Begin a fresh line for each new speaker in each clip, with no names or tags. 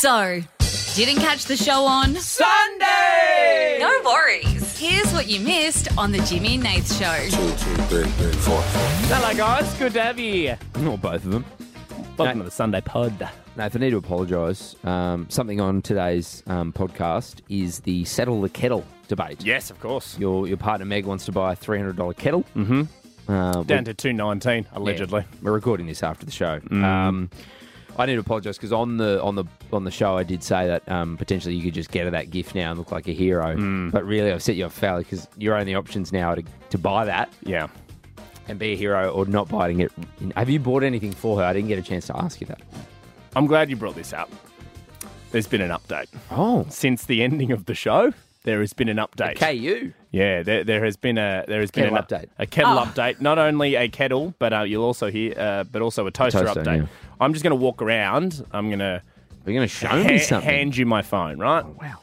So, didn't catch the show on?
Sunday!
No worries. Here's what you missed on the Jimmy and Nath show.
Two, two, three, three, four.
Hello, guys. Good to have you here.
Or both of them.
Welcome to the Sunday pod.
Nathan, I need to apologise. Um, something on today's um, podcast is the settle the kettle debate.
Yes, of course.
Your your partner Meg wants to buy a three hundred dollar kettle. Mm-hmm. Uh,
Down to 219,
we-
allegedly.
yeah, we're recording this after the show. Um, I need to apologise because on the on the on the show I did say that um, potentially you could just get her that gift now and look like a hero, but really I've set you up foul because your only options now are to, to buy that
Yeah.
and be a hero or not buy it. And get, have you bought anything for her? I didn't get a chance to ask you that.
I'm glad you brought this up. There's been an update.
Oh,
Since the ending of the show, there has been an update.
KU.
Yeah, there, there has been a there has been
Kettle
an
update.
A kettle update. Ah. Not only a kettle, but uh, you'll also hear, uh, but also a toaster,
toaster,
update.
yeah.
I'm just going to walk around. I'm going to
We're going to show me something.
hand you my phone, right?
Wow.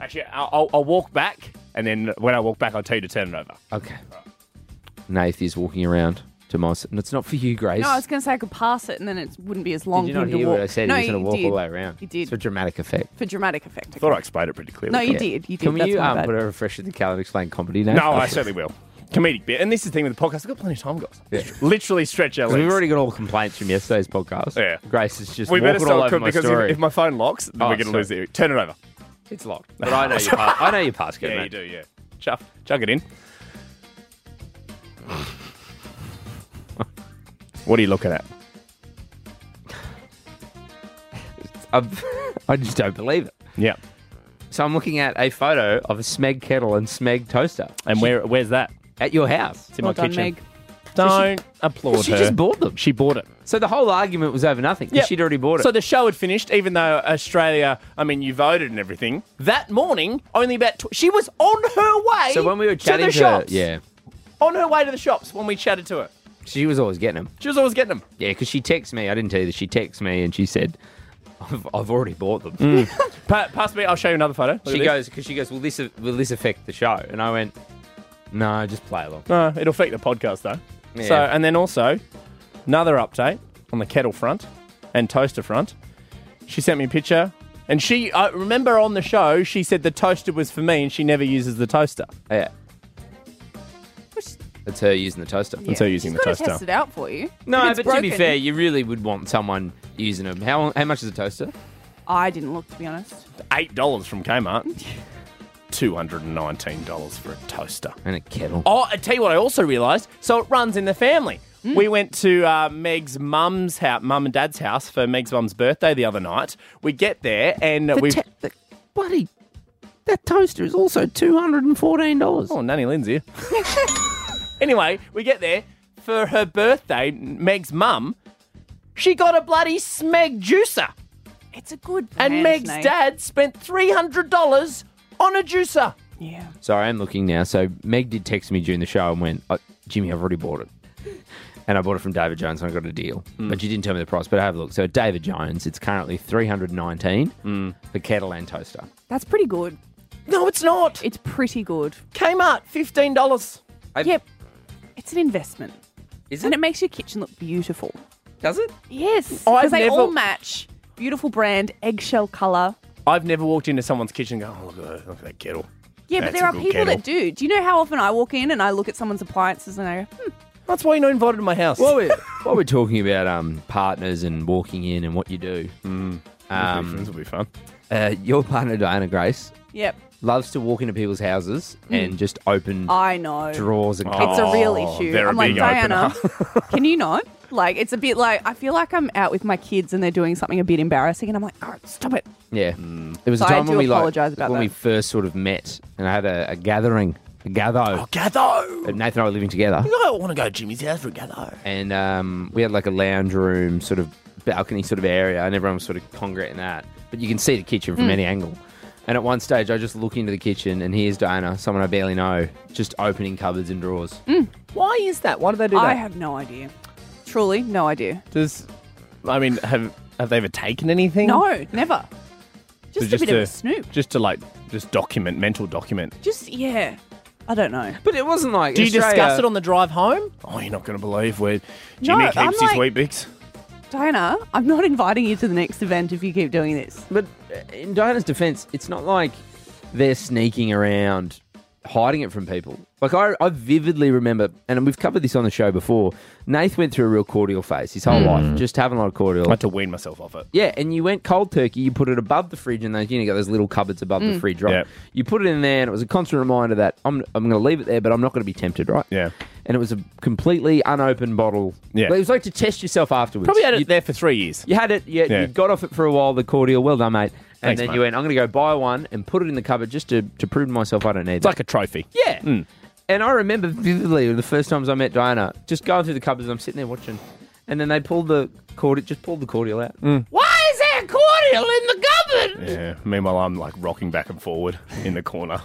Actually, I'll, I'll, I'll walk back, and then when I walk back, I'll tell you to turn it over.
Okay. Nath is walking around to my. s- And it's not for you, Grace.
No, I was going to say I could pass it and then it wouldn't be as long
did you
for
not
him to
hear
walk.
what I said?
no,
he was going to
you
walk
did.
all the way around.
You
It's for
did.
dramatic effect.
For dramatic effect.
Thought
okay.
I explained it pretty clearly.
No, you did. You did.
Can
That's
you
my
um,
bad.
put a refresher to the calendar explain comedy, Nath?
No, I certainly will. Comedic bit, and this is the thing with the podcast. We've got plenty of time, guys. Literally stretch our legs.
We've already got all complaints from yesterday's podcast.
Yeah.
Grace is just
we better
walking all
stop
over
quick
my
because if,
story.
if my phone locks, then
Oh,
we're going to
sorry.
lose it. Turn it over.
It's locked. But I know your pass. I know your passcode,
Yeah,
mate.
you do. Yeah, chuff, chuck it in. what are you looking at?
I'm- Um, I just don't believe it.
Yeah,
So I'm looking at a photo of a Smeg kettle and Smeg toaster
and where where's that?
at your house.
It's in
well
my
done,
kitchen.
Meg.
Don't applaud
She
her.
just bought them.
She bought it.
So the whole argument was over nothing. 'cause
Yep.
She'd already bought it.
So the show had finished, even though Australia, I mean, you voted and everything. That morning, only about tw- she was on her way.
So when we were chatting
to the
to her,
shops,
yeah,
on her way to the shops when we chatted to her,
she was always getting them.
she was always getting them.
Yeah, because she texts me. I didn't tell you that she texts me and she said, I've, I've already bought them.
Pa- pass me, I'll show you another photo. Look
She
at
goes, because she goes, will this, will this affect the show? And I went, no, just play along. uh,
this. Uh, it'll affect the podcast though. So
Yeah.
and then also another update on the kettle front and toaster front. She sent me a picture. And she, I remember on the show, she said the toaster was for me and she never uses the toaster.
Yeah. That's her using the toaster.
That's her using
She's
the
gotta
toaster.
test it out for you.
No,
If
but
it's
to be
broken-
fair, you really would want someone using them. How, how much is a toaster?
I didn't look to be honest.
$8 from Kmart, $219 for a toaster.
And a kettle.
Oh, I tell you what, I also realised. So it runs in the family. We went to uh, Meg's mum's house, mum and dad's house for Meg's mum's birthday the other night. We get there and we.
buddy, that toaster is also $214.
oh, Nanny Lynn's here. anyway, we get there for her birthday. Meg's mum, she got a bloody Smeg juicer,
It's a good brand,
and Meg's
Nate.
dad spent three hundred dollars on a juicer.
Yeah.
Sorry, I'm looking now. So Meg did text me during the show and went, oh, Jimmy, I've already bought it. And I bought it from David Jones and I got a deal. But you didn't tell me the price, but have a look. So at David Jones, it's currently 319 for kettle and toaster.
That's pretty good.
No, it's not.
It's pretty good.
Kmart, fifteen dollars.
Yep. It's an investment.
Is
And
it?
it makes your kitchen look beautiful.
Does it?
Yes.
I've
Because they
never-
all match. Beautiful brand, eggshell colour.
I've never walked into someone's kitchen and go, oh look at that, look at that kettle.
Yeah,
That's
but there
a
are
good
people
kettle.
that do. Do you know how often I walk in and I look at someone's appliances and I go, hmm,
That's why you're not invited to my house.
While we're, while we're talking about um, partners and walking in and what you do, um,
this will be fun.
uh, your partner, Diana Grace,
yep,
loves to walk into people's houses and just open
Mm. I know.
drawers and
It's a real
Oh,
issue.
they're a
I'm like,
big opener.
Diana, can you not? Like, it's a bit like, I feel like I'm out with my kids and they're doing something a bit embarrassing, and I'm like, oh, stop it.
Yeah, it was a
So I
time
do
when we like,
apologise about
when we
that.
first sort of met, and I had a, a gathering, a gather.
Gather!
Nathan and I were living together,
I want to go to Jimmy's house for a gather.
and um, we had like a lounge room, sort of balcony, sort of area, and everyone was sort of congregating that. But you can see the kitchen
Hmm.
from any angle. And at one stage, I just look into the kitchen, and here's Diana, someone I barely know, just opening cupboards and drawers.
Hmm. Why is that? Why do they do
I
that?
have no idea. Truly, no idea.
Does, I mean, have have they ever taken anything?
No, never.
So
Just, a bit of a snoop.
Just to like, just document, mental document.
Just, yeah. I don't know.
But it wasn't like
Do you
Australia-
discuss it on the drive home? Oh, you're not going to believe where
No,
Jimmy
I'm
keeps his
like-
wheat bix.
Diana, I'm not inviting you to the next event if you keep doing this.
But uh, in Diana's defense, it's not like they're sneaking around hiding it from people. Like I, I vividly remember, and we've covered this on the show before. Nath went through a real cordial phase his
Hmm.
whole life, just having a lot of cordial.
I had to wean myself off it.
Yeah, and you went cold turkey. You put it above the fridge, and those you know you got those little cupboards above the fridge, right?
Yeah.
You put it in there, and it was a constant reminder that I'm I'm going to leave it there, but I'm not going to be tempted, right?
Yeah.
And it was a completely unopened bottle.
Yeah.
Like, it was like to test yourself afterwards.
Probably had it
You-
there for three years.
you had it. You,
Yeah.
you got off it for a while. The cordial. Well done, mate. And
Thanks,
then
mate.
you went. I'm going to go buy one and put it in the cupboard just to, to prove to myself I don't need it.
It's like a trophy.
yeah. And I remember vividly the first times I met Diana, just going through the cupboards. I'm sitting there watching, and then they pulled the cordial. Just pulled the cordial out. Why is there cordial in the cupboard?
Yeah. Meanwhile, I'm like rocking back and forward in the corner.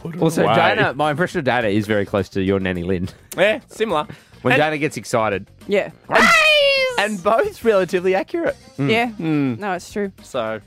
Put it
Also,
away.
Diana, my impression of Diana is very close to your nanny Lynn.
Yeah, similar.
When
And-
Diana gets excited,
Yeah.
and both relatively accurate.
Yeah. No, it's true.
Mm. So,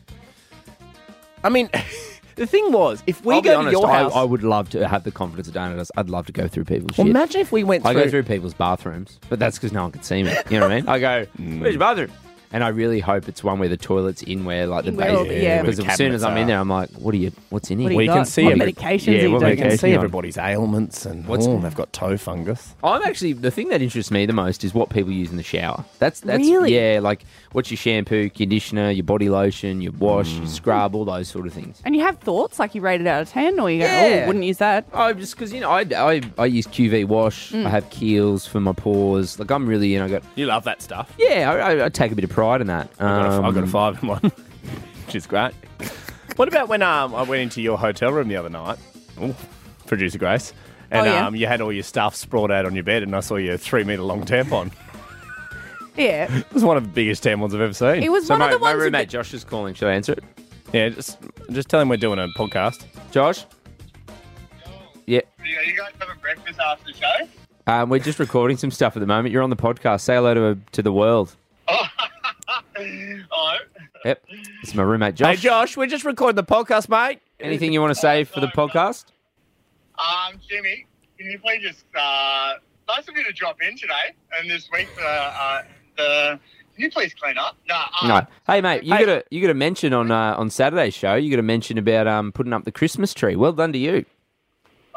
I mean, the thing was, if we
I'll be
go
honest,
to your
I-
house,
I, would love to have the confidence that Diana does. I'd love to go through people's
Well,
shit.
imagine if we went
I
through.
go through people's bathrooms, but that's because no one can see me. You know what I mean? I go, where's your bathroom? And I really hope it's one where the toilet's in where like the
In where all
base.
the- Yeah.
Because
where the
as soon
cabinets
as I'm in
are.
there, I'm like, what are you? What's in here?
What do you
Well, you
got?
can see
What
every-
medications
Yeah,
are you
what
taking?
we can
medication?
see
on.
everybody's ailments and
What's-
oh, they've got toe fungus.
I'm actually the thing that interests me the most is what people use in the shower. That's that's
Really?
yeah, like what's your shampoo, conditioner, your body lotion, your wash, your scrub, all those sort of things.
And you have thoughts like you rate it out of 10 or you go,
Yeah.
oh, wouldn't use that.
Oh, just because you know, I, I I use QV wash.
Mm.
I have keels for my pores. Like I'm really, you know, I got
You love that stuff.
yeah, I, I, I take a bit of pride in that.
I've, got a, I've got a
Um,
five in one, which is great. What about when um, I went into your hotel room the other night, Ooh, producer Grace, and
Oh, yeah.
um, you had all your stuff sprawled out on your bed, and I saw your three meter long tampon.
Yeah.
It was one of the biggest tampons I've ever seen.
It was
So
one
my,
of the
my
ones.
roommate Josh is calling. Should I answer it?
yeah, just just tell him we're doing a podcast.
Josh? Yeah.
Are you guys having breakfast after the show?
Um, we're just recording some stuff at the moment. You're on the podcast. Say hello to, to the world.
Hello.
Yep. It's my roommate Josh.
Hey, Josh, we're just recording the podcast, mate.
Anything you want to say for the podcast?
Um, Jimmy, can you please just uh, nice of you to drop in today and this week for uh, the. Can you please clean up? No. Um,
No. Hey mate, you
Hey.
got a you got a mention on uh, on Saturday's show. You got a mention about um, putting up the Christmas tree. Well done to you.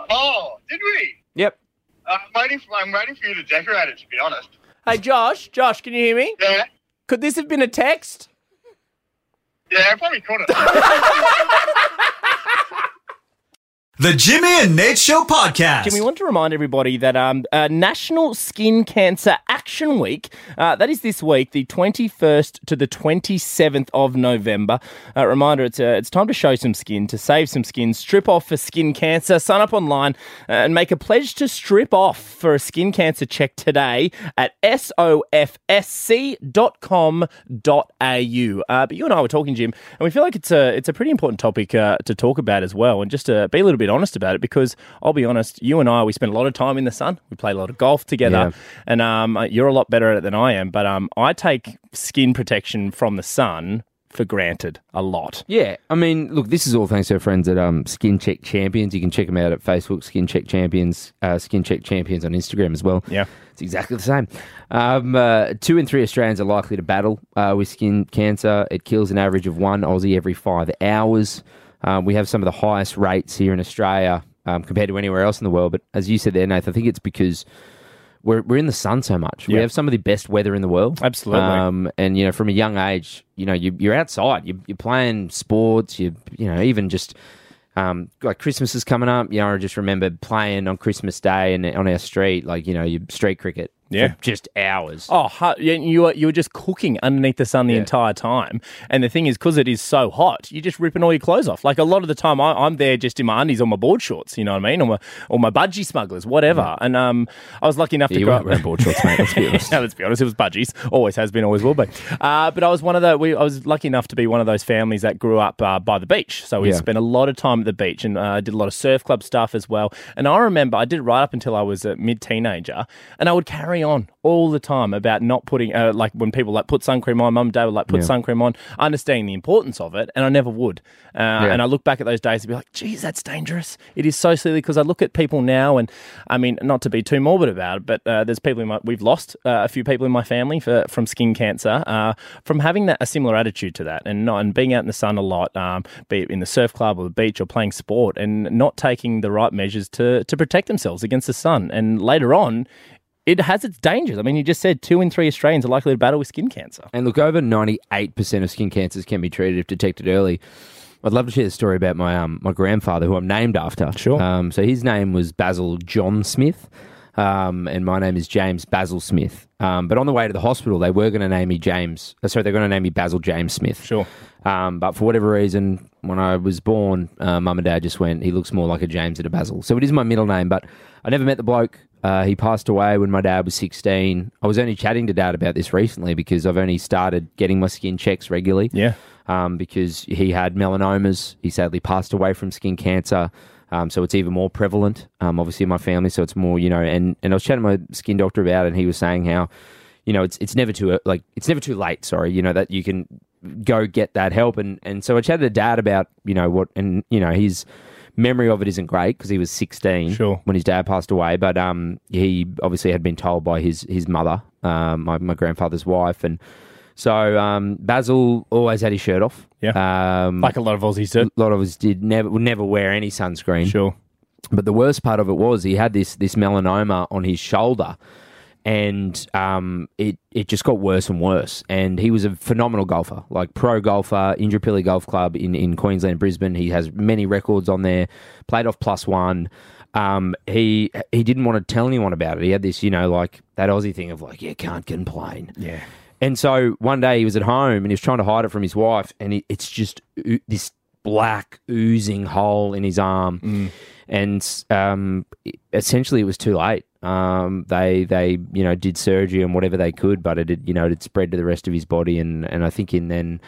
Oh, did we?
Yep.
Uh, I'm waiting. For, I'm waiting for you to decorate it. To be honest.
Hey, Josh, Josh, can you hear me?
Yeah.
Could this have been a text?
Yeah, I probably couldn't.
The Jimmy and Nate Show Podcast.
Jim, we want to remind everybody that um, uh, National Skin Cancer Action Week, uh, that is this week, the 21st to the 27th of November. Uh, reminder, it's, uh, it's time to show some skin, to save some skin, strip off for skin cancer. Sign up online uh, and make a pledge to strip off for a skin cancer check today at sofsc.com.au. Uh, but you and I were talking, Jim, and we feel like it's a, it's a pretty important topic uh, to talk about as well, and just to be a little bit honest about it, because I'll be honest, you and I, we spend a lot of time in the sun. We play a lot of golf together, and um, you're a lot better at it than I am. But um, I take skin protection from the sun for granted a lot.
Yeah, I mean, look, this is all thanks to our friends at um, Skin Check Champions. You can check them out at Facebook, Skin Check Champions, uh, Skin Check Champions on Instagram as well.
Yeah.
it's exactly the same. Um, uh, two in three Australians are likely to battle uh, with skin cancer. It kills an average of one Aussie every five hours. Um, we have some of the highest rates here in Australia um, compared to anywhere else in the world. But as you said there, Nath, I think it's because we're, we're in the sun so much. We
Yeah.
have some of the best weather in the world.
Absolutely.
Um, and you know, from a young age, you know, you, you're outside. You, you're playing sports. You you know, even just um, like Christmas is coming up. You know, I just remember playing on Christmas Day and on our street, like you know, your street cricket.
Yeah.
for just hours.
Oh, hu- yeah, you were, you were just cooking underneath the sun the entire time. And the thing is, because it is so hot, you're just ripping all your clothes off. Like a lot of the time, I, I'm there just in my undies or my board shorts, you know what I mean? Or my, or my budgie smugglers, whatever. And um, I was lucky enough to
you
grow
weren't
up.
wearing board shorts, mate. Let's be honest.
Yeah, let's be honest, it was budgies. Always has been, always will be. Uh, but I was one of the. We, I was lucky enough to be one of those families that grew up uh, by the beach, so we
Yeah.
spent a lot of time at the beach and uh, did a lot of surf club stuff as well. And I remember I did it right up until I was a mid teenager, and I would carry me on all the time about not putting, uh, like when people like put sun cream on, mum and dad would like put sun cream on, understanding the importance of it, and I never would. Uh, And I look back at those days and be like, geez, that's dangerous. It is so silly because I look at people now, and I mean, not to be too morbid about it, but uh, there's people in my, we've lost uh, a few people in my family for, from skin cancer, uh, from having that, a similar attitude to that, and not, and being out in the sun a lot, um, be it in the surf club or the beach or playing sport, and not taking the right measures to to protect themselves against the sun, and later on. It has its dangers. I mean, you just said two in three Australians are likely to battle with skin cancer.
And look, over 98% of skin cancers can be treated if detected early. I'd love to share the story about my um, my grandfather, who I'm named after.
Sure.
Um, so his name was Basil John Smith, um, and my name is James Basil Smith. Um, but on the way to the hospital, they were going to name me James. uh, Sorry, they're going to name me Basil James Smith.
Sure.
Um, but for whatever reason, when I was born, uh, mum and dad just went, he looks more like a James than a Basil. So it is my middle name, but I never met the bloke. Uh, he passed away when my dad was 16. I was only chatting to dad about this recently because I've only started getting my skin checks regularly.
Yeah.
Um, because he had melanomas. He sadly passed away from skin cancer. Um, so it's even more prevalent, um, obviously, in my family. So it's more, you know, and, and I was chatting to my skin doctor about it, and he was saying how, you know, it's it's never too uh, like it's never too late. Sorry, you know that you can go get that help, and and so I chatted to dad about you know what, and you know his memory of it isn't great because he was sixteen
Sure.
when his dad passed away, but um he obviously had been told by his his mother, um my, my grandfather's wife, and so um Basil always had his shirt off,
Yeah.
um,
Like a lot of Aussies do.
a lot of us did never would never wear any sunscreen.
Sure.
But the worst part of it was he had this this melanoma on his shoulder, and um, it it just got worse and worse. And he was a phenomenal golfer, like pro golfer, Indooroopilly Golf Club in in Queensland, Brisbane. He has many records on there. Played off plus one. Um, he he didn't want to tell anyone about it. He had this, you know, like that Aussie thing of like, yeah, can't complain.
Yeah.
And so one day he was at home and he was trying to hide it from his wife, and he, it's just oo- this black oozing hole in his arm. And um, essentially, it was too late. Um, they they you know did surgery and whatever they could, but it had, you know it had spread to the rest of his body, and and I think in then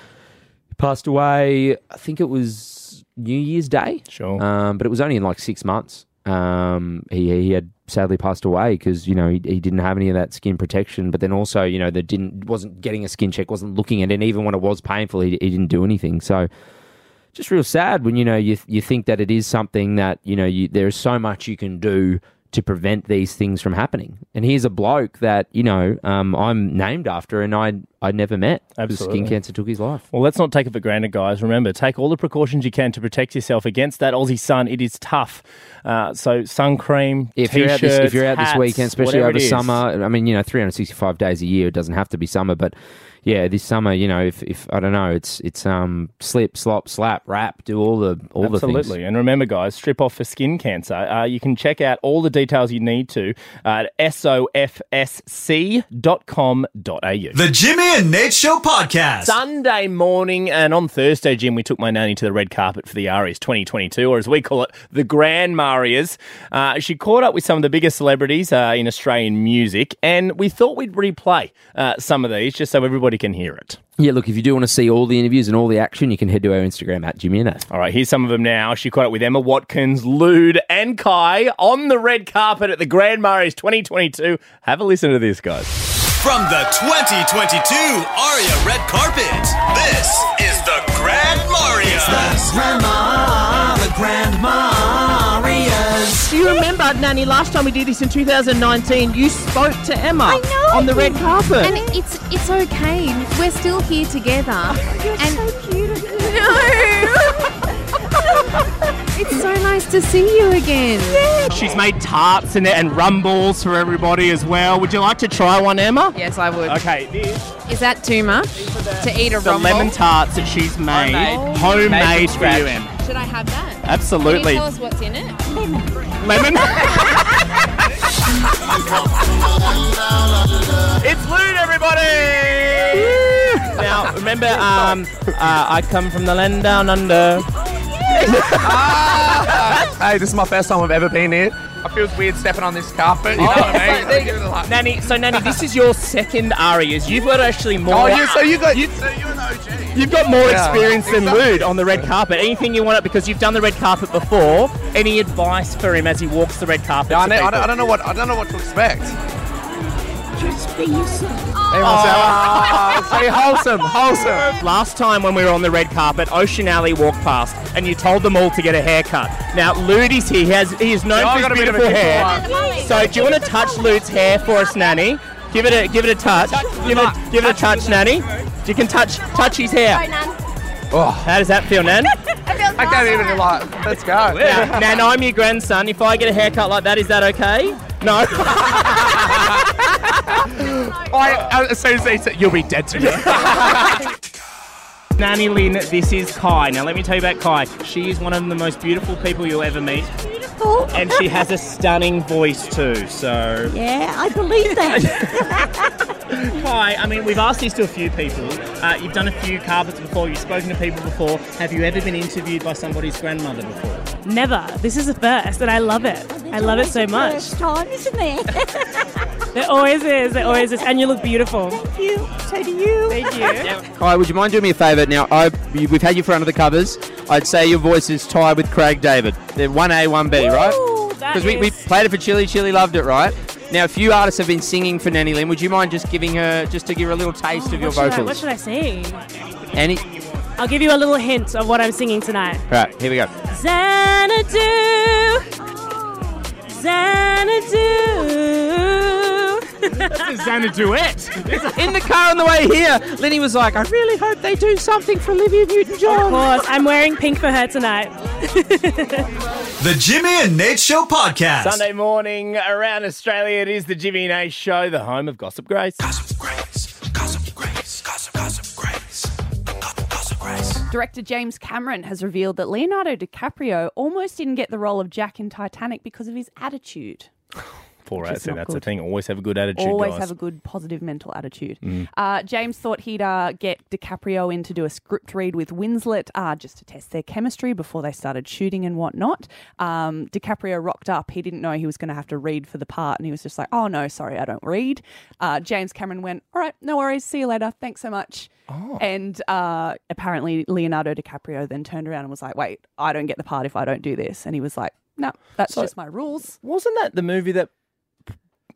he passed away. I think it was New Year's Day.
Sure.
Um, but it was only in like six months. Um, he he had sadly passed away because you know he, he didn't have any of that skin protection. But then also you know that didn't wasn't getting a skin check, wasn't looking at it. And even when it was painful, he, he didn't do anything. So just real sad when you know you you think that it is something that you know you, there's so much you can do to prevent these things from happening. And here's a bloke that you know um, I'm named after, and I I never met. 'cause
Absolutely.
skin cancer took his life.
Well, let's not take it for granted, guys. Remember, take all the precautions you can to protect yourself against that Aussie sun. It is tough. Uh, so, sun cream,
if you're out this, if
t-shirts,
you're out
hats,
this weekend, especially
whatever
over
it is.
summer, I mean, you know, 365 days a year, it doesn't have to be summer, but yeah, this summer, you know, if, if I don't know, it's it's um slip, slop, slap, wrap, do all the all
Absolutely.
the things.
And remember, guys, strip off for skin cancer. Uh, you can check out all the details you need to at sofsc.com.au.
The Jimmy and Nate Show Podcast.
Sunday morning, and on Thursday, Jim, we took my nanny to the red carpet for the Aries 2022, or as we call it, the Grand Marias. Uh, she caught up with some of the biggest celebrities uh, in Australian music, and we thought we'd replay uh, some of these just so everybody can hear it.
Yeah, look, if you do want to see all the interviews and all the action, you can head to our Instagram at Jimmy and Nat.
All right, here's some of them now. She caught up with Emma Watkins, Lude, and Kai on the red carpet at the Grand Marias 2022. Have a listen to this, guys.
From the 2022 Aria Red Carpet, this is the Grand Marias.
Grandma, the Grand Marias.
Do you remember, Nanny, last time we did this in 2019, you spoke to Emma
I know.
on the red carpet.
And it's it's okay. We're still here together.
Oh,
You're so cute. it's so nice to see you again.
She's made tarts and, and rumbles for everybody as well. Would you like to try one, Emma?
Yes, I would.
Okay, this.
Is that too much to eat a
The
rumble?
lemon tarts that she's made,
Homemade.
homemade,
Made from
for you,
scratch.
Em.
Should I have that? Can
Absolutely.
you tell us what's in it?
Lemon. it's Loon, everybody! now, remember, um, uh, I come from the land down under.
Hey, this is my first time I've ever been here. I feel weird stepping on this carpet. You know what I
eh?
mean? I give it a like-
Nanny, so Nanny, this is your second Arias. You've got actually more.
Oh, you, so you got you, so you're an OG.
You've got more
Yeah.
experience than
Exactly.
Lude on the red carpet. Anything you want up because you've done the red carpet before. Any advice for him as he walks the red carpet?
I,
to
know, I,
people?
don't, I don't know what I don't know what to expect.
Just be yourself.
Hey, Marcella. Say wholesome, wholesome.
Last time when we were on the red carpet, Ocean Alley walked past, and you told them all to get a haircut. Now Ludi's here. He has he is known
Yeah, I
for
got a
his
bit of a
beautiful
kick
hair.
on that.
So do you want to touch Lud's hair for us, Nanny? Give it a give it a touch. Give it a, give it a touch, Nanny. You can touch touch his hair. Oh, how does that feel, Nan?
I can't even like. Let's go.
Now, Nan, I'm your grandson. If I get a haircut like that, is that okay? No.
I, as soon as they said, you'll be dead to me.
Nanny Lynn, this is Kai. Now, let me tell you about Kai. She is one of the most beautiful people you'll ever meet.
Beautiful.
And she has a stunning voice, too. So,
Yeah, I believe that.
Kai, I mean, we've asked this to a few people. Uh, you've done a few carpets before, you've spoken to people before. Have you ever been interviewed by somebody's grandmother before?
Never. This is the first, and I love it. I love it so much.
First time, isn't there?
There always is. There always is. And you look beautiful.
Thank you. So do you.
Thank you.
Kai, would you mind doing me a favour? Now, I, you- we've had you for under the covers. I'd say your voice is tied with Craig David. They're 1A, 1B, right?
that
Because we, we
is-
played it for Chili, Chili loved it, right? Now, a few artists have been singing for Nanny Lynn. Would you mind just giving her, just to give her a little taste of your
What should, I, what
vocals?
should I sing?
Any?
I'll give you a little hint of what I'm singing tonight.
Right, here we go.
Xanadu.
Oh.
Xanadu.
This is Xana Duet.
In the car on the way here, Lenny was like, I really hope they do something for Olivia Newton John.
Of course. I'm wearing pink for her tonight.
The Jimmy and Nate Show Podcast.
Sunday morning around Australia, it is the Jimmy and A Show, the home of Gossip Grace.
Ah,
Gossip Grace. Gossip Grace. Gossip, gossip Grace. Gossip Grace.
Director James Cameron has revealed that Leonardo DiCaprio almost didn't get the role of Jack in Titanic because of his attitude.
Poor
Which is
accent,
not
that's the
good.
thing. Always have a good attitude,
Always
guys.
have a good positive mental attitude.
Mm.
Uh, James thought he'd uh, get DiCaprio in to do a script read with Winslet uh, just to test their chemistry before they started shooting and whatnot. Um, DiCaprio rocked up. He didn't know he was going to have to read for the part, and he was just like, "Oh no, sorry, I don't read." Uh, James Cameron went, "All right, no worries. See you later. Thanks so much."
Oh.
And uh, apparently, Leonardo DiCaprio then turned around and was like, "Wait, I don't get the part if I don't do this." And he was like, "No, that's
So-
just my rules."
Wasn't that the movie that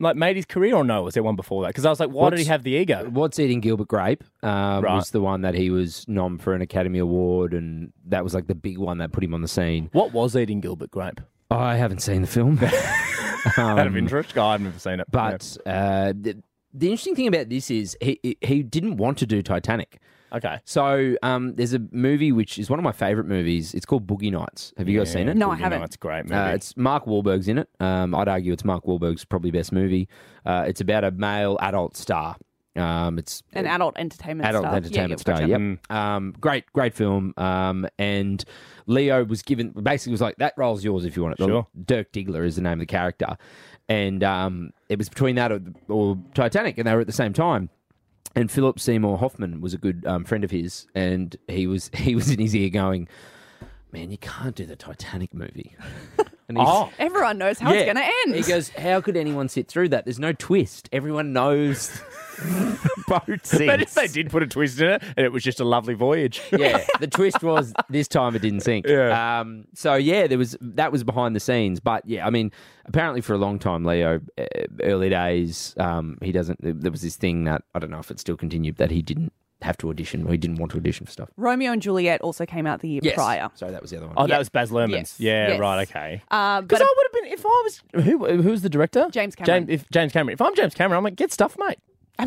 like made his career, or no? Was there one before that? Because I was like, why did he
What's-
have the ego?
What's Eating Gilbert Grape uh,
Right.
was the one that he was nom for an Academy Award, and that was like the big one that put him on the scene.
What was Eating Gilbert Grape?
Oh, I haven't seen the film. Um,
Out of interest, God, I've never seen it.
Mm. But uh, the, the interesting thing about this is he he- he didn't want to do Titanic.
Okay.
So um, there's a movie which is one of my favorite movies. It's called Boogie Nights. Have you guys seen it?
No, I Boogie haven't. Nights,
great
Uh, it's Mark Wahlberg's in it. Um, I'd argue it's Mark Wahlberg's probably best movie. Uh, it's about a male adult star. Um, it's
An adult entertainment
adult
star. Yeah,
entertainment
yeah,
star.
gotcha.
Yep. Um, great, great film. Um, and Leo was given basically was like that role's yours if you want it.
Sure.
Dirk Diggler is the name of the character, and um, it was between that or, or Titanic, and they were at the same time. And Philip Seymour Hoffman was a good um, friend of his, and he was he was in his ear going, "Man, you can't do the Titanic movie." And he's-
Oh. Everyone knows how it's
Yeah.
going to end.
He goes, "How could anyone sit through that? There's no twist. Everyone knows." Boat
But if
sinks.
they did put a twist in it, and it was just a lovely voyage.
yeah, the twist was this time it didn't sink. Yeah. Um, so yeah, there was that was behind the scenes, but yeah, I mean, apparently for a long time, Leo, uh, early days, um, he doesn't. There was this thing that I don't know if it still continued that he didn't have to audition or he didn't want to audition for stuff.
Romeo and Juliet also came out the year
Yes.
prior.
So that was the other one.
Oh, that was Baz Luhrmann's. Yeah,
Yes.
right. Okay.
Uh, but
Because I would have been if I was who who's the director?
James Cameron.
James, if James Cameron. If I'm James Cameron, I'm like, get stuff, mate.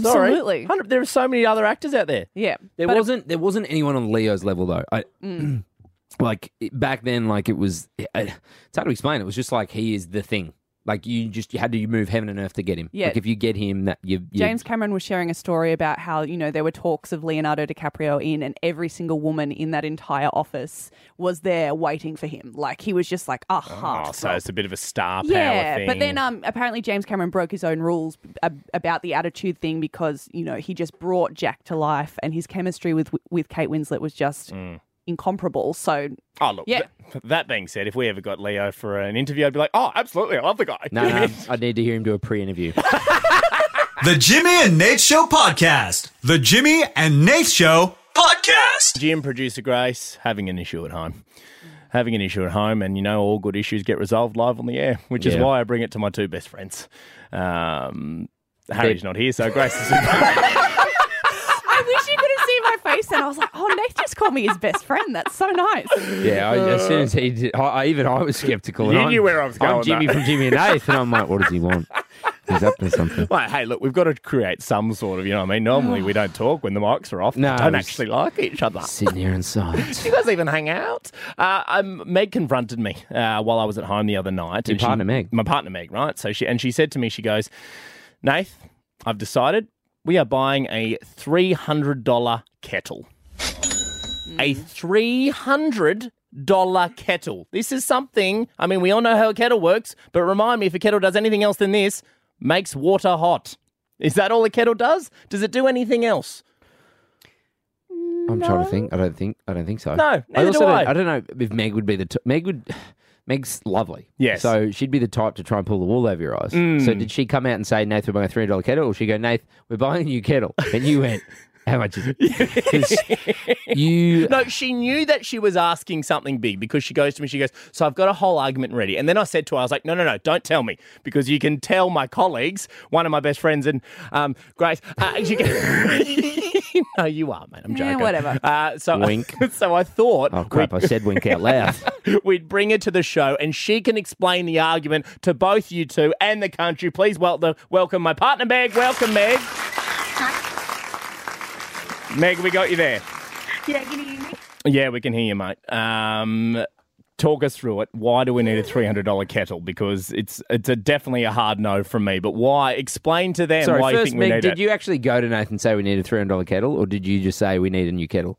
Sorry.
Absolutely.
100 There are so many other actors out there.
yeah.
There
But it-
wasn't there wasn't anyone on Leo's level though. I,
Mm.
like it- back then, like it was. I- It's hard to explain. It was just like he is the thing. Like you just you had to move heaven and earth to get him.
Yeah.
Like if you get him, that you, you
James Cameron was sharing a story about how, you know, there were talks of Leonardo DiCaprio in, and every single woman in that entire office was there waiting for him. Like, he was just like, aha.
Oh, so it's a bit of a star power
yeah.
thing.
But then um, apparently, James Cameron broke his own rules ab- about the attitude thing because, you know, he just brought Jack to life and his chemistry with, with Kate Winslet was just
Mm.
incomparable. So,
Oh look,
Yeah.
th- that being said, if we ever got Leo for an interview, I'd be like, oh, absolutely, I love the guy.
No, no, I need to hear him do a pre-interview.
The Jimmy and Nate Show Podcast. The Jimmy and Nate Show Podcast.
Jim producer Grace having an issue at home, having an issue at home, and you know all good issues get resolved live on the air, which is
Yeah.
why I bring it to my two best friends. Um, Harry's not here, so Grace is.
I wish you could have seen my face. And I was like, oh, Nate just called me his best friend. That's so nice.
Yeah, I, as soon as he did, I, I, even I was skeptical. and
You
I'm-
knew where I was
I'm
going,
Jimmy
though.
from Jimmy and Nath, and I'm like, what does he want? He's up to something.
Well, hey, look, we've got to create some sort of, you know what I mean? Normally we don't talk when the mics are off. No. Don't
we're
actually like each other.
Sitting here inside.
Do you guys even hang out? Uh, um, Meg confronted me uh, while I was at home the other night.
Your
and she-
partner Meg.
My partner Meg, right? So she and she said to me, she goes, "Nath, I've decided we are buying a three hundred dollar kettle. A three hundred dollar kettle. This is something. I mean, we all know how a kettle works, but remind me if a kettle does anything else than this, makes water hot. Is that all a kettle does? Does it do anything else?
I'm trying to think. I don't think. I don't think so.
No, neither
also
do
don't-
I.
I don't know if Meg would be the. T- Meg would. Meg's lovely.
Yes.
So she'd be the type to try and pull the wool over your eyes.
Mm.
So did she come out and say, Nath, we're buying a three hundred dollar kettle, or she go, Nath, we're buying a new kettle, and you went, how much is it? 'Cause you
No, she knew that she was asking something big because she goes to me, she goes, So I've got a whole argument ready. And then I said to her, I was like, No, no, no, don't tell me because you can tell my colleagues, one of my best friends, and um, Grace. Uh, you can- no, you are, mate. I'm
Yeah,
joking.
whatever.
Uh, so,
Wink.
so I thought.
Oh crap! I said wink out loud.
We'd bring her to the show and she can explain the argument to both you two and the country. Please welcome, welcome my partner, Meg. Welcome, Meg. Meg, we got you there.
Yeah, can you hear me?
Yeah, we can hear you, mate. Um, talk us through it. Why do we need a three hundred dollar kettle? Because it's it's a definitely a hard no from me. But why? Explain to them
Sorry,
why you
first,
think we
Meg,
need
did
it.
you actually go to Nath and say we need a three hundred dollar kettle, or did you just say we need a new kettle?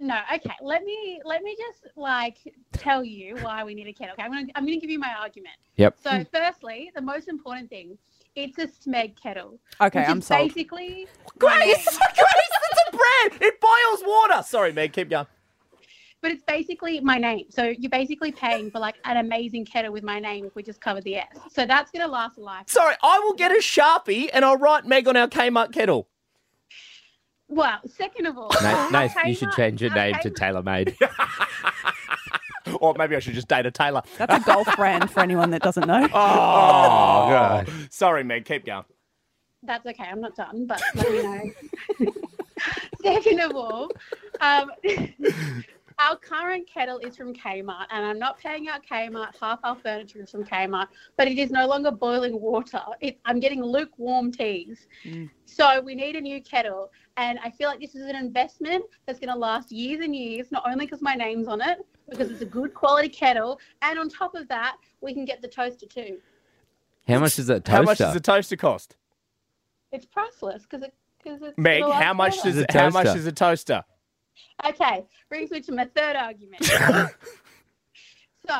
No, okay. Let me let me just like tell you why we need a kettle. Okay, I'm gonna I'm gonna give you my argument.
Yep.
Hmm.
So, firstly, the most important thing, it's a Smeg kettle.
Okay,
which
I'm
is
sold.
Basically,
Grace, Grace, that's a bread. It boils water. Sorry, Meg, keep going.
but it's basically my name. So you're basically paying for like an amazing kettle with my name if we just cover the S. So that's gonna last a life.
Sorry, I will get a sharpie and I'll write Meg on our Kmart kettle.
Well, second of all,
Nath, Nath
okay,
you should
no-
change your name to
okay,
Taylor Made.
Or maybe I should just date a tailor.
That's a golf brand for anyone that doesn't know.
Oh, sorry, Meg, keep going.
That's okay. I'm not done, but let me know. Second of all, um, our current kettle is from Kmart, and I'm not paying out Kmart. Half our furniture is from Kmart, but it is no longer boiling water. It, I'm getting lukewarm teas.
Mm.
So we need a new kettle, and I feel like this is an investment that's going to last years and years. Not only because my name's on it, because it's a good quality kettle, and on top of that, we can get the toaster too.
How much is that toaster?
How much does a toaster cost?
It's priceless because it. 'cause it's
Meg,
gonna last
how much
forever.
does
It's a
how much
toaster.
is a toaster?
Okay, brings me to my third argument. so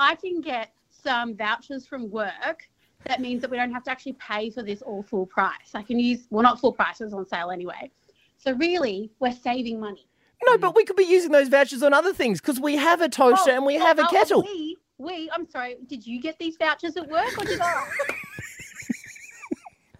I can get some vouchers from work. That means that we don't have to actually pay for this all full price. I can use, well, not full price, it was on sale anyway. So really, we're saving money.
No, but we could be using those vouchers on other things because we have a toaster and we
Oh,
have a
oh,
kettle.
We, we, I'm sorry, did you get these vouchers at work or did I?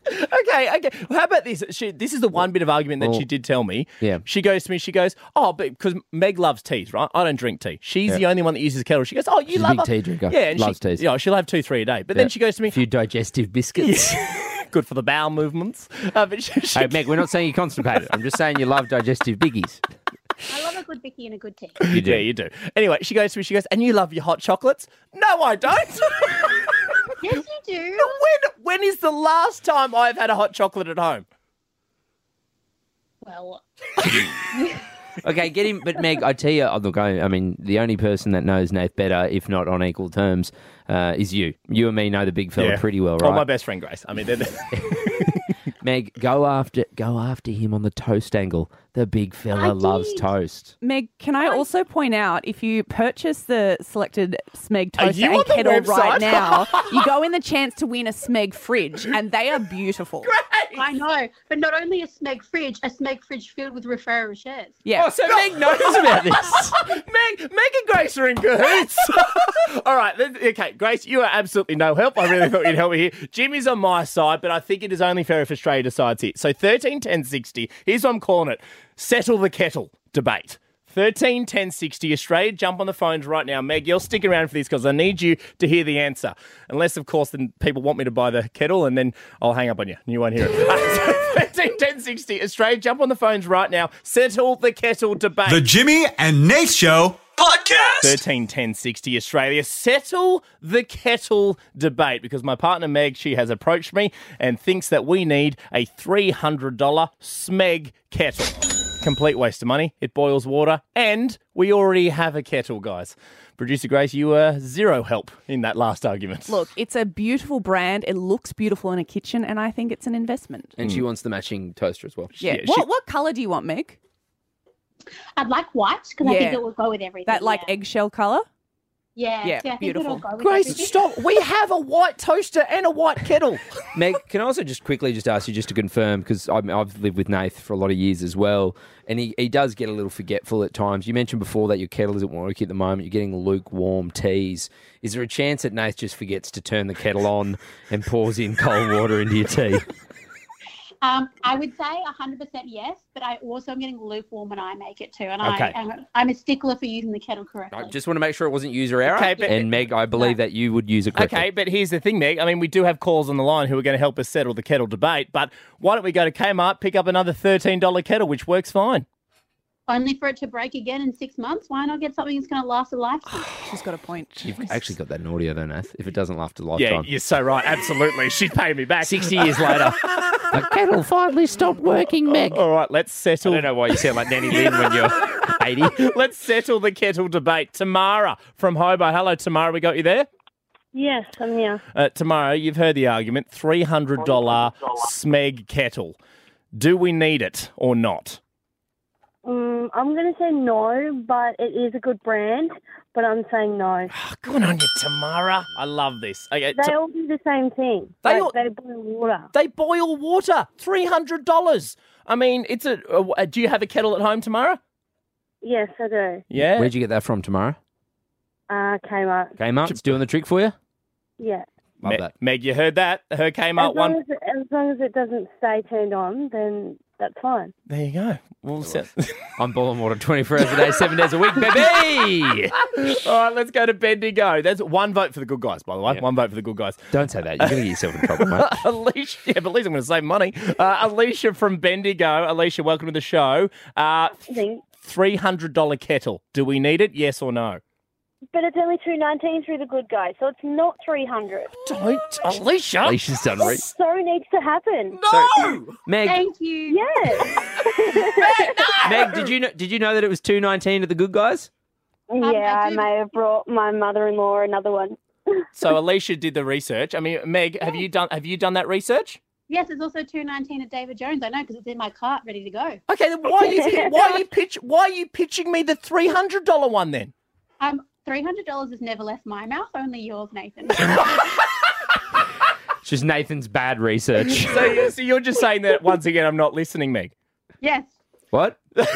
Okay, okay. How about this? She, this is the one bit of argument that
Well,
she did tell me.
Oh. yeah.
She goes to me, she goes, Oh, but because Meg loves teas, right? I don't drink tea. She's
Yeah.
the only one that uses kettle. She goes, Oh, you
She's a
love
big tea drinker.
Yeah, and
Loves
she,
teas.
Yeah, she'll have two, three a day. But
Yeah.
then she goes to me,
A few digestive biscuits.
Good for the bowel movements. Uh, but she, she-
hey, Meg, we're not saying you're constipated. I'm just saying you love digestive biggies.
I love a good Vicky and a good tea.
You do.
Yeah, you do. Anyway, she goes to me, she goes, And you love your hot chocolates? No, I don't.
yes, you do.
when, when is the last time I've had a hot chocolate at home?
Well,
Okay, get him. But Meg, I tell you, oh, look, I, I mean, the only person that knows Nath better, if not on equal terms, uh, is you. You and me know the big fella
Yeah.
pretty well,
Oh, my
right?
best friend, Grace. I mean, they're, they're-
Meg, go after go after him on the toast angle. The big fella
I
loves
did.
toast.
Meg, can I also point out if you purchase the selected Smeg
Are
toaster
you
and
on the
kettle
website?
right now, you go in the chance to win a Smeg fridge, and they are beautiful.
I know, but not only a smeg fridge, a smeg fridge filled with referral shares.
Yeah.
so Meg knows about this. Meg, Meg and Grace are in cahoots. All right, then- okay, Grace, you are absolutely no help. I really thought you'd help me here. Jimmy's on my side, but I think it is only fair if Australia decides here. So 13, 10, 60. Here's what I'm calling it: settle the kettle debate. 13 10 60 Australia. Jump on the phones right now. Meg, you'll stick around for this because I need you to hear the answer. Unless, of course, then people want me to buy the kettle and then I'll hang up on you and you won't hear it. 13 10 60 Australia. Jump on the phones right now. Settle the kettle debate.
The Jimmy and Nate Show podcast.
13 10 60 Australia. Settle the kettle debate because my partner Meg, she has approached me and thinks that we need a $300 smeg kettle. Complete waste of money. It boils water and we already have a kettle, guys. Producer Grace, you were zero help in that last argument.
Look, it's a beautiful brand. It looks beautiful in a kitchen, and I think it's an investment.
And she wants the matching toaster as well.
Yeah. what what color do you want, Meg?
I'd like white because I think
Yeah.
it will go with everything.
That like eggshell color.
yeah,
yeah,
see, I think
beautiful.
It'll go with
Grace,
everything.
stop. We have a white toaster and a white kettle.
Meg, can I also just quickly just ask you just to confirm because I've lived with Nath for a lot of years as well, and he, he does get a little forgetful at times. You mentioned before that your kettle isn't working at the moment. You're getting lukewarm teas. Is there a chance that Nath just forgets to turn the kettle on and pours in cold water into your tea?
Um, I would say 100% yes, but I also am getting lukewarm when I make it too, and
Okay.
I, am I'm a stickler for using the kettle correctly.
I just want to make sure it wasn't user error.
Okay, but-
and Meg, I believe that you would use it correctly.
Okay, but here's the thing, Meg. I mean, we do have calls on the line who are going to help us settle the kettle debate, but why don't we go to Kmart, pick up another $13 kettle, which works fine?
Only for it to break again in six months. Why not get something that's going to last a lifetime?
She's got a point.
You've actually got that in audio though, Nath, if it doesn't last a
yeah,
lifetime.
you're so right. Absolutely. She's paying me back.
60 years later.
The kettle finally stopped working, Meg. All right, let's settle. I don't know why you sound like Nanny Lynn when you're 80. let's settle the kettle debate. Tamara from Hobart. Hello, Tamara. We got you there?
Yes, I'm here.
Uh, Tamara, you've heard the argument $300 smeg kettle. Do we need it or not?
Um, I'm going to say no, but it is a good brand, but I'm saying no.
Oh, Good on you, Tamara. I love this. Okay,
They
Ta-
all do the same thing.
They
Like,
all-
they boil water.
They boil water. Three hundred dollars. I mean, it's a, a- a- Do you have a kettle at home tomorrow?
Yes, I do.
Yeah.
Where'd you get that from tomorrow?
Uh, Kmart.
Kmart's doing the trick for you.
Yeah.
Love
Me-
that.
Meg, you heard that? Her came
As
Uh,
out
long
one.
as, it, as long as it doesn't stay turned on, then that's fine.
There you go. Well,
I'm boiling water 24 hours a day, seven days a week, baby.
All right, let's go to Bendigo. That's one vote for the good guys, by the way. One vote for the good guys.
Don't say that. You're going to get yourself in trouble, mate.
Alicia, yeah, but at least I'm going to save money. Uh, Alicia from Bendigo. Alicia, welcome to the show. Uh, Three hundred dollar kettle. Do we need it? Yes or no?
But it's only two nineteen through the good guy, so it's not three hundred.
Don't, Alicia.
Alicia's done right.
So needs to happen.
No! Meg. Thank
you.
Yes.
Meg, did you know, did you know that it was 219 to the good guys?
Um,
yeah, I may have brought my mother-in-law another one.
So Alicia did the research. I mean, Meg, have you done have you done that research?
Yes, it's also 219 at David Jones. I know because it's in my cart ready to go.
Okay, then why are you why are you pitch why are you pitching me the three hundred dollar one then?
Um, $300 has never left my mouth, only yours, Nathan.
It's just Nathan's bad research.
So, you- so you're just saying that once again? I'm not listening, Meg.
yes.
What?
means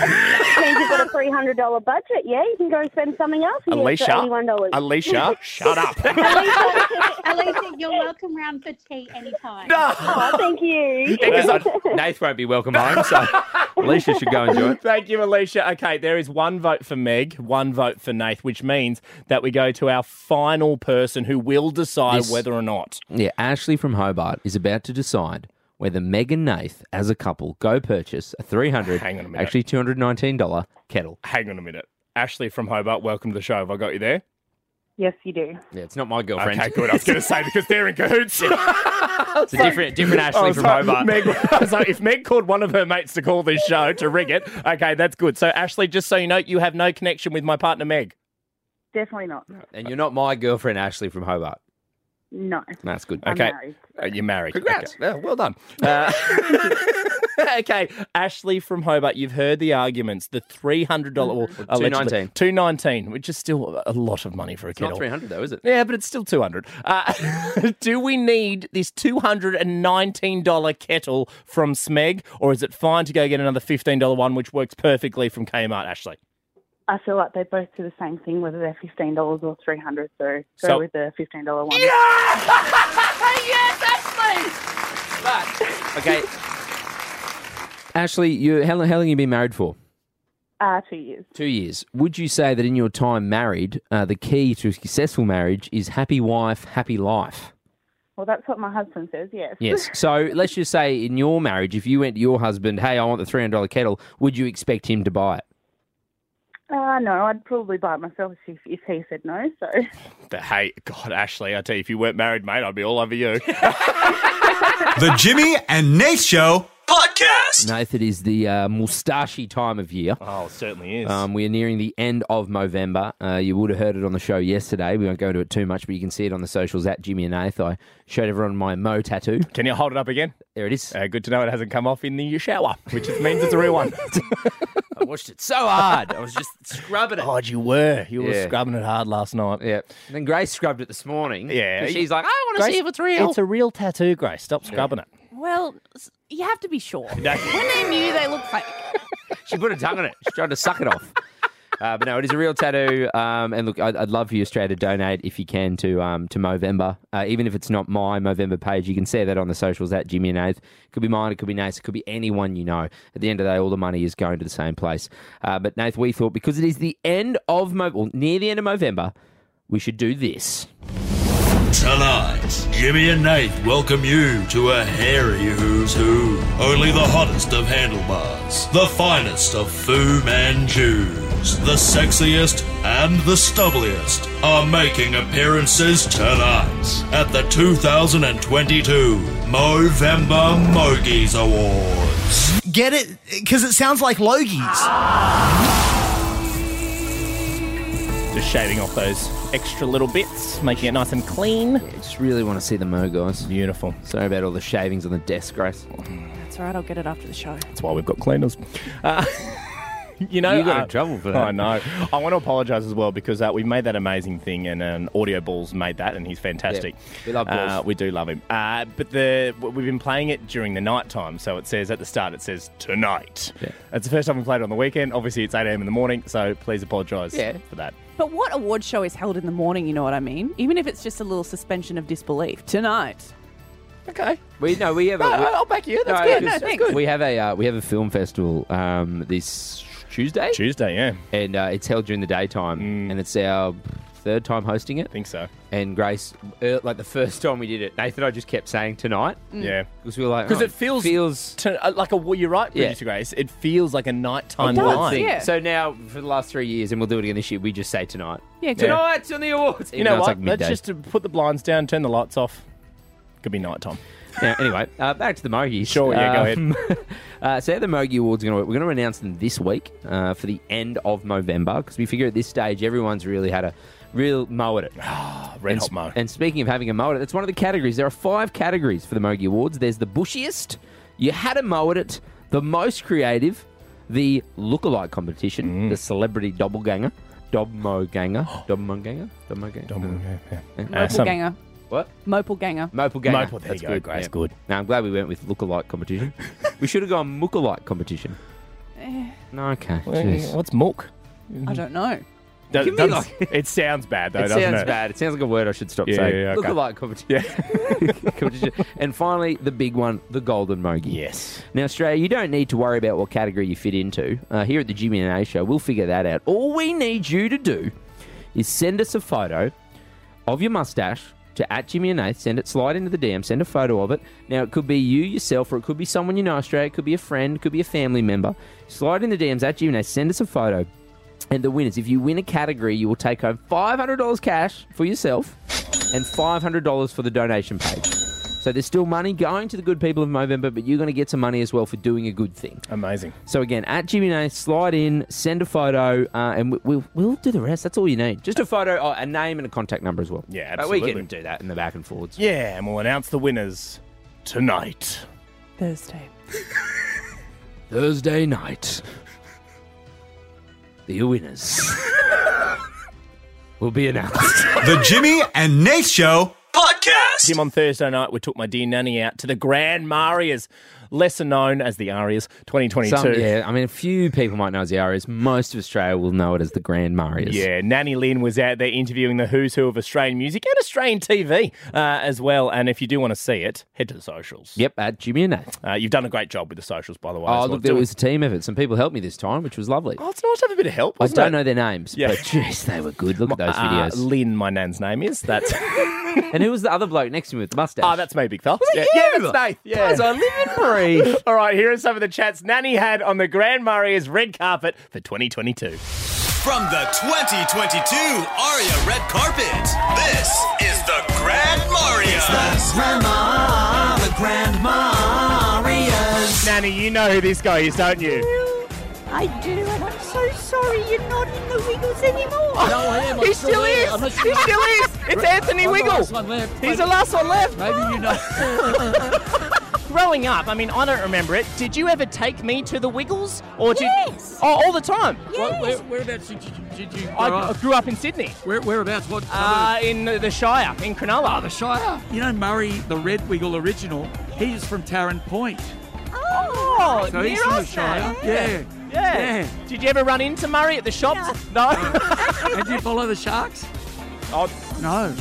you've got a three hundred dollar budget. Yeah, you can go spend something else. and you get
Alicia,
eighty-one dollars.
Alicia, shut up.
Alicia, you're welcome round for tea anytime.
Oh, thank you.
Nath won't be welcome home, so Alicia should go enjoy it.
Thank you, Alicia. Okay, there is one vote for Meg, one vote for Nath, which means that we go to our final person who will decide
This-
whether or not.
Yeah, Ashley from Hobart is about to decide whether Meg and Nath, as a couple, go purchase a 300,
Hang on a minute.
actually $219 kettle.
Hang on a minute. Ashley from Hobart, welcome to the show. Have I got you there?
Yes, you do.
Yeah, it's not my girlfriend.
Okay, good. I was going to say because they're in cahoots.
It's a different, different
I
Ashley
was
from
like,
Hobart.
Meg, I was like, if Meg called one of her mates to call this show to rig it, okay, that's good. So, Ashley, just so you know, you have no connection with my partner, Meg.
Definitely not.
And you're not my girlfriend, Ashley from Hobart.
No.
That's good.
I'm
Okay.
married.
Uh, you're married.
Congrats.
Okay. Yeah, well done. Uh, okay, Ashley from Hobart, you've heard the arguments. The $300 or allegedly-
219.
219 which is still a lot of money for a
Not
kettle.
300, though, is it?
Yeah, but it's still 200. Uh, do we need this $219 kettle from Smeg, or is it fine to go get another $15 one, which works perfectly from Kmart, Ashley?
I feel like they both do the same thing, whether they're fifteen dollars or three hundred. So go
So-
with the fifteen dollar one.
yes, Ashley!
Okay. Ashley, you how, long- how long have you been married for?
Uh, two years.
Two years. Would you say that in your time married, uh, the key to a successful marriage is happy wife, happy life?
Well, that's what my husband says, yes.
Yes. So let's just say in your marriage, if you went to your husband, hey, I want the $300 kettle, would you expect him to buy it?
Uh, no, I'd probably buy it myself if, if he said no, so.
But hey, God, Ashley, I tell you, if you weren't married, mate, I'd be all over you.
The Jimmy and Nate Show podcast.
Nathan, it is the uh, moustache time of year.
Oh, it certainly is.
Um, we are nearing the end of Movember. Uh, you would have heard it on the show yesterday. We won't go into it too much, but you can see it on the socials at Jimmy and Nath. I showed everyone my Mo tattoo.
Can you hold it up again?
There it is.
Uh, good to know it hasn't come off in the shower, which just means it's a real one.
I watched it so hard. I was just scrubbing it.
Oh, you were. You were
Yeah.
scrubbing it hard last night.
Yeah. And then Grace scrubbed it this morning.
Yeah.
'Cause She's like, I want to
Grace,
see if it's real.
It's a real tattoo, Grace. Stop scrubbing it.
Well, s- you have to be sure. when
No.
they knew they looked fake.
She put her tongue in it. She tried to suck it off. Uh, but no, it is a real tattoo. Um, and look, I'd, I'd love for you, Australia, to donate if you can to um, to Movember. Uh, even if it's not my Movember page, you can see that on the socials at Jimmy and Nath. It could be mine, it could be Nate's, it could be anyone you know. At the end of the day, all the money is going to the same place. Uh, but Nath, we thought because it is the end of Mo- well, near the end of Movember, we should do this.
Tonight, Jimmy and Nate welcome you to a hairy who's who. Only the hottest of handlebars, the finest of Fu Manchus, the sexiest and the stubbliest are making appearances tonight at the 2022 Movember Mogies Awards.
Get it? Because it sounds like Logies.
Just shaving off those extra little bits, making it nice and clean.
Just really want to see the Mo guys.
Beautiful.
Sorry about all the shavings on the desk, Grace.
That's all right. I'll get it after the show.
That's why we've got cleaners. Uh, you know,
You got in
uh,
trouble for that.
I know. I want to apologise as well because uh, we made that amazing thing, and um, Audio Balls made that, and he's fantastic.
Yeah, we love Balls.
Uh, we do love him. Uh, but the w- we've been playing it during the night time, so it says at the start it says tonight. It's the first time we played it on the weekend. Obviously, it's eight am in the morning, so please apologise
Yeah.
for that.
But what award show is held in the morning, you know what I mean? Even if it's just a little suspension of disbelief. Tonight.
Okay.
We no, we have. a,
No,
we-
I'll back you. That's good. No,
'cause
thanks.
We have a uh, we have a film festival um, this Tuesday.
Tuesday, Mm. yeah,
and uh, it's held during the daytime, and it's our third time hosting it. I
think so.
And Grace, uh, like the first time we did it, Nathan, and I just kept saying tonight.
Mm. Yeah.
because we were like
Because
oh,
it feels to, uh, like a well, you're right,
Yeah.
producer Grace. It feels like a nighttime
It does,
line.
yeah. So now for the last three years, and we'll do it again this year. We just say tonight.
Yeah,
tonight's on the awards.
You know
Even though it's
what?
like midday.
Let's just uh, put the blinds down, turn the lights off. Could be nighttime.
Now, anyway, uh, back to the Mogies.
Sure, yeah, go
ahead. uh, so, how the Mogie Awards are going to work? We're going to announce them this week uh, for the end of November because we figure at this stage everyone's really had a real mow at it.
red
and,
hot
sp-
mow.
And speaking of having a mow at it, that's one of the categories. There are five categories for the Mogie Awards. There's the bushiest, you had a mow at it, the most creative, the lookalike competition, the celebrity doppelganger, dobmo ganger, dobmo ganger, dobmo ganger,
Oh, Uh,
Mopal Ganger.
What?
Mopal Ganger.
Mopal ganger.
Mopal, there
That's
you go,
good.
Grace, good.
Now I'm glad we went with lookalike competition. we should have gone mookalike competition.
Eh,
No, okay.
Well,
jeez.
What's milk?
I don't know.
Does-
Give me
does- it sounds bad though,
it
doesn't
sounds
it?
bad. It sounds like a word I should stop
Yeah,
saying.
yeah, yeah, okay.
Lookalike competition. competition. And finally, the big one, the golden mogi.
Yes.
Now, Australia, you don't need to worry about what category you fit into. Uh, here at the Jimmy and A Show, we'll figure that out. All we need you to do is send us a photo of your mustache to at Jimmy and Nath. Send it, slide into the DM, send a photo of it. Now, it could be you yourself, or it could be someone you know, Australia. It could be a friend, it could be a family member. Slide in the DMs at Jimmy and Nath, send us a photo. And the winners, if you win a category, you will take home $500 cash for yourself and $500 for the donation page. So there's still money going to the good people of Movember, but you're going to get some money as well for doing a good thing.
Amazing.
So again, at Jimmy Nath, slide in, send a photo, uh, and we- we'll, we'll do the rest. That's all you need. Just a photo, uh, a name, and a contact number as well.
Yeah,
But we
absolutely.
can do that in the back and forwards.
Yeah, and we'll announce the winners tonight.
Thursday.
Thursday night, the winners will be announced.
The Jimmy and Nate Show podcast.
Jim, on Thursday night, we took my dear nanny out to the Grand Marias. lesser known as the Arias 2022.
Some- yeah, I mean, a few people might know as the Arias. Most of Australia will know it as the Grand Marias.
Yeah, Nanny Lynn was out there interviewing the who's who of Australian music and Australian TV uh, as well. And if you do want to see it, head to the socials.
Yep, at Jimmy and Nat.
Uh, you've done a great job with the socials, by the way.
Oh,
as well.
look, there
Do-
was a team effort. Some people helped me this time, which was lovely.
Oh, it's nice to have a bit of help.
I
wasn't
don't
it?
know their names,
Yeah.
but jeez, they were good. Look at those
Uh,
videos.
Lynn, my nan's name is. That's
and who was the other bloke next to me with the mustache?
Oh, that's me, big fella.
it
yeah,
you?
yeah, that's Nath. Yeah.
Guys, I live and breathe.
All right, here are some of the chats Nanny had on the Grand Murray's red carpet for 2022.
From the 2022 Aria Red Carpet, this is the Grand Marias. the Grandma, the Grandma.
Nanny, you know who this guy is, don't you?
I do, and I'm so sorry you're not in the Wiggles anymore.
No, I am. I'm
he
still
still
there.
is.
I'm not
He
sure.
still is.
I'm
It's
the
Anthony
last
Wiggles.
one left.
He's the last one left.
Maybe you know. Growing up, I mean, I don't remember it. Did you ever take me to the Wiggles? Or did
Yes.
Oh, all the time.
What- where-
whereabouts did you, did you
grow
I,
up?
I grew up in Sydney. Where, whereabouts? What? Uh, in the Shire, in
Oh,
Cronulla. the Shire.
You know Murray, the Red Wiggle original. He's from Tarrant Point.
Oh,
So
near
he's from the
us
Shire.
now.
Yeah.
Yeah.
Yeah.
Did you ever run into Murray at the shops? No.
and do you follow the Sharks?
Oh,
no.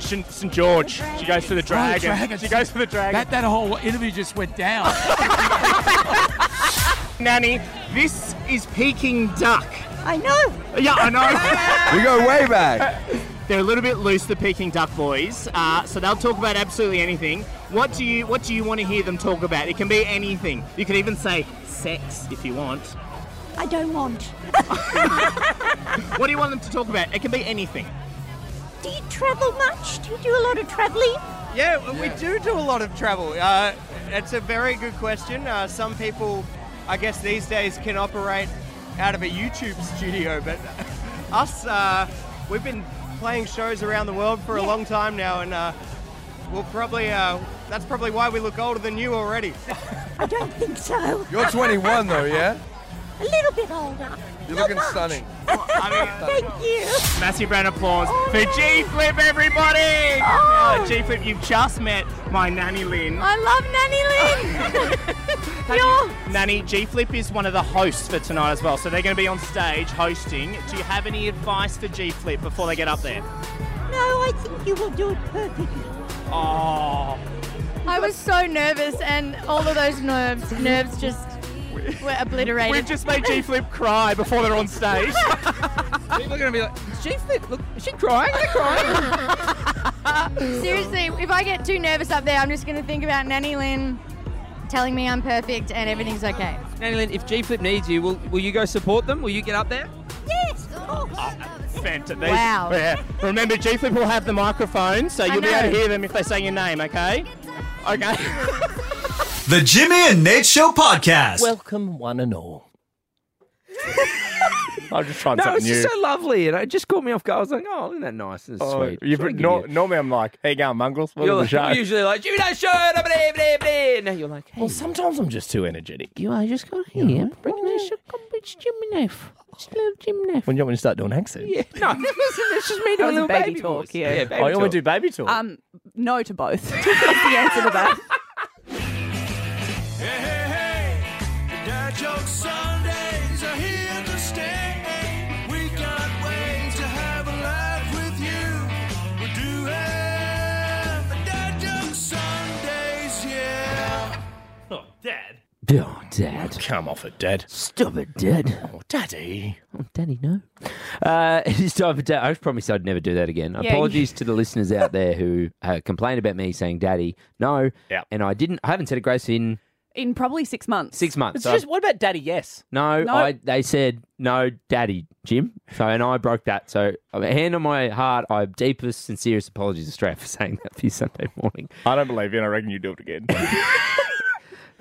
St. George. She goes for the dragon. She goes for the dragon.
Oh, That, that whole interview just went down.
Nanny, this is Peking duck.
I know.
Yeah, I know.
We go way back.
They're a little bit loose, the Peking duck boys. Uh, so they'll talk about absolutely anything. What do you What do you want to hear them talk about? It can be anything. You could even say sex if you want.
I don't want.
What do you want them to talk about? It can be anything.
Do you travel much? Do you do a lot of travelling?
Yeah, well, we do do a lot of travel. Uh, it's a very good question. Uh, some people, I guess, these days can operate out of a YouTube studio, but us, uh, we've been playing shows around the world for a long time now, and uh, we'll probably. Uh, that's probably why we look older than you already.
I don't think so.
You're 21 though, yeah?
A little bit older.
You're looking stunning.
Thank you. Oh,
Massive round of applause for G Flip, everybody! Uh, G Flip, you've just met my nanny Lynn.
I love Nanny Lynn.
Have you- Nanny, G Flip is one of the hosts for tonight as well, so they're going to be on stage hosting. Do you have any advice for G Flip before they get up there?
no, I think you will do it perfectly.
Oh,
I was so nervous, and all of those nerves, nerves just were obliterated.
we've just made G Flip cry before they're on stage.
People are going to be like,
She's look,
she crying? They're crying.
Seriously, if I get too nervous up there, I'm just going to think about Nanny Lynn telling me I'm perfect and everything's okay.
Nanny Lynn, if G Flip needs you, will, will you go support them? Will you get up there?
Yes, of course.
Fantastic.
Wow.
Yeah. Remember, G Flip will have the microphone, so you'll be
know.
able to hear them if they say your name, okay? Okay.
The Jimmy and Nate Show Podcast.
Welcome, one and all. I'm just trying
No,
something
it's
new.
just so lovely. And it just caught me off guard. I was like, oh, isn't that nice? It's
Oh,
sweet.
you've-
Should I give
nor-
you-
normally I'm like, hey, go, mongrels, welcome to
You're
the show.
like, usually like, Jimmy, no show. da, ba, da, ba, da, ba, da." Now you're like,
Well, sometimes I'm just too energetic.
You are just going here, yeah, bringing us a garbage Jimmy knife. Just a little Jimmy knife.
When do you want me to start doing accents?
Yeah, no, listen, it's just me
That
doing a
was a
little
baby
baby,
talk,
voice.
yeah.
yeah baby
oh, you want
talk.
to do baby talk?
Um, no to both. That's the answer to that.
Dad Joke Sundays are here to stay. We got ways to have a laugh with you. We do have the Dad Joke Sundays, yeah. Oh, Dad.
Oh, Dad.
Come off it, Dad.
Stop it, Dad.
Oh, Daddy.
Oh, Daddy, no. Uh, it is time for Dad. I promised I'd never do that again.
Yeah.
Apologies to the listeners out there who uh, complained about me saying Daddy, no. Yeah. And I didn't, I haven't said a grace in
In probably six months.
six months.
It's
So
just-
What about Daddy Yes?
No,
No.
I, they said no, Daddy Jim. So and I broke that. So I mean, hand on my heart, I have deepest, sincerest apologies to Australia for saying that for you Sunday morning.
I don't believe you, and I reckon you do it again.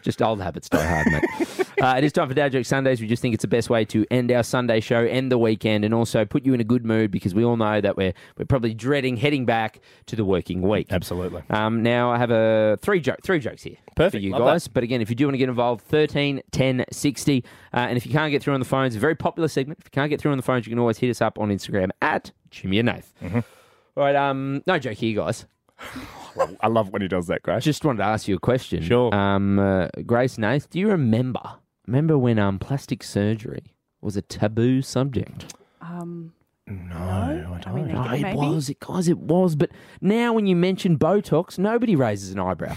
Just old habits die hard, mate. uh, it is time for Dad Joke Sundays. We just think it's the best way to end our Sunday show, end the weekend, and also put you in a good mood because we all know that we're we're probably dreading heading back to the working week.
Absolutely.
Um, now I have a three joke three jokes here. Perfect. For you
Love
guys. But again, if you do want to get involved, 13 10 60. Uh, and if you can't get through on the phones, a very popular segment. If you can't get through on the phones, you can always hit us
Mm-hmm.
up on Instagram at Jimmy and Nath. All right, um, no joke here, guys.
I love when he does that, Grace.
Just wanted to ask you a question. Sure. Um, uh, Grace Nath, do you remember remember when um, plastic surgery was a taboo subject?
Um,
no, I don't.
mean,
Oh,
okay,
it
maybe.
was, it, guys, it was. But now when you mention Botox, nobody raises an eyebrow.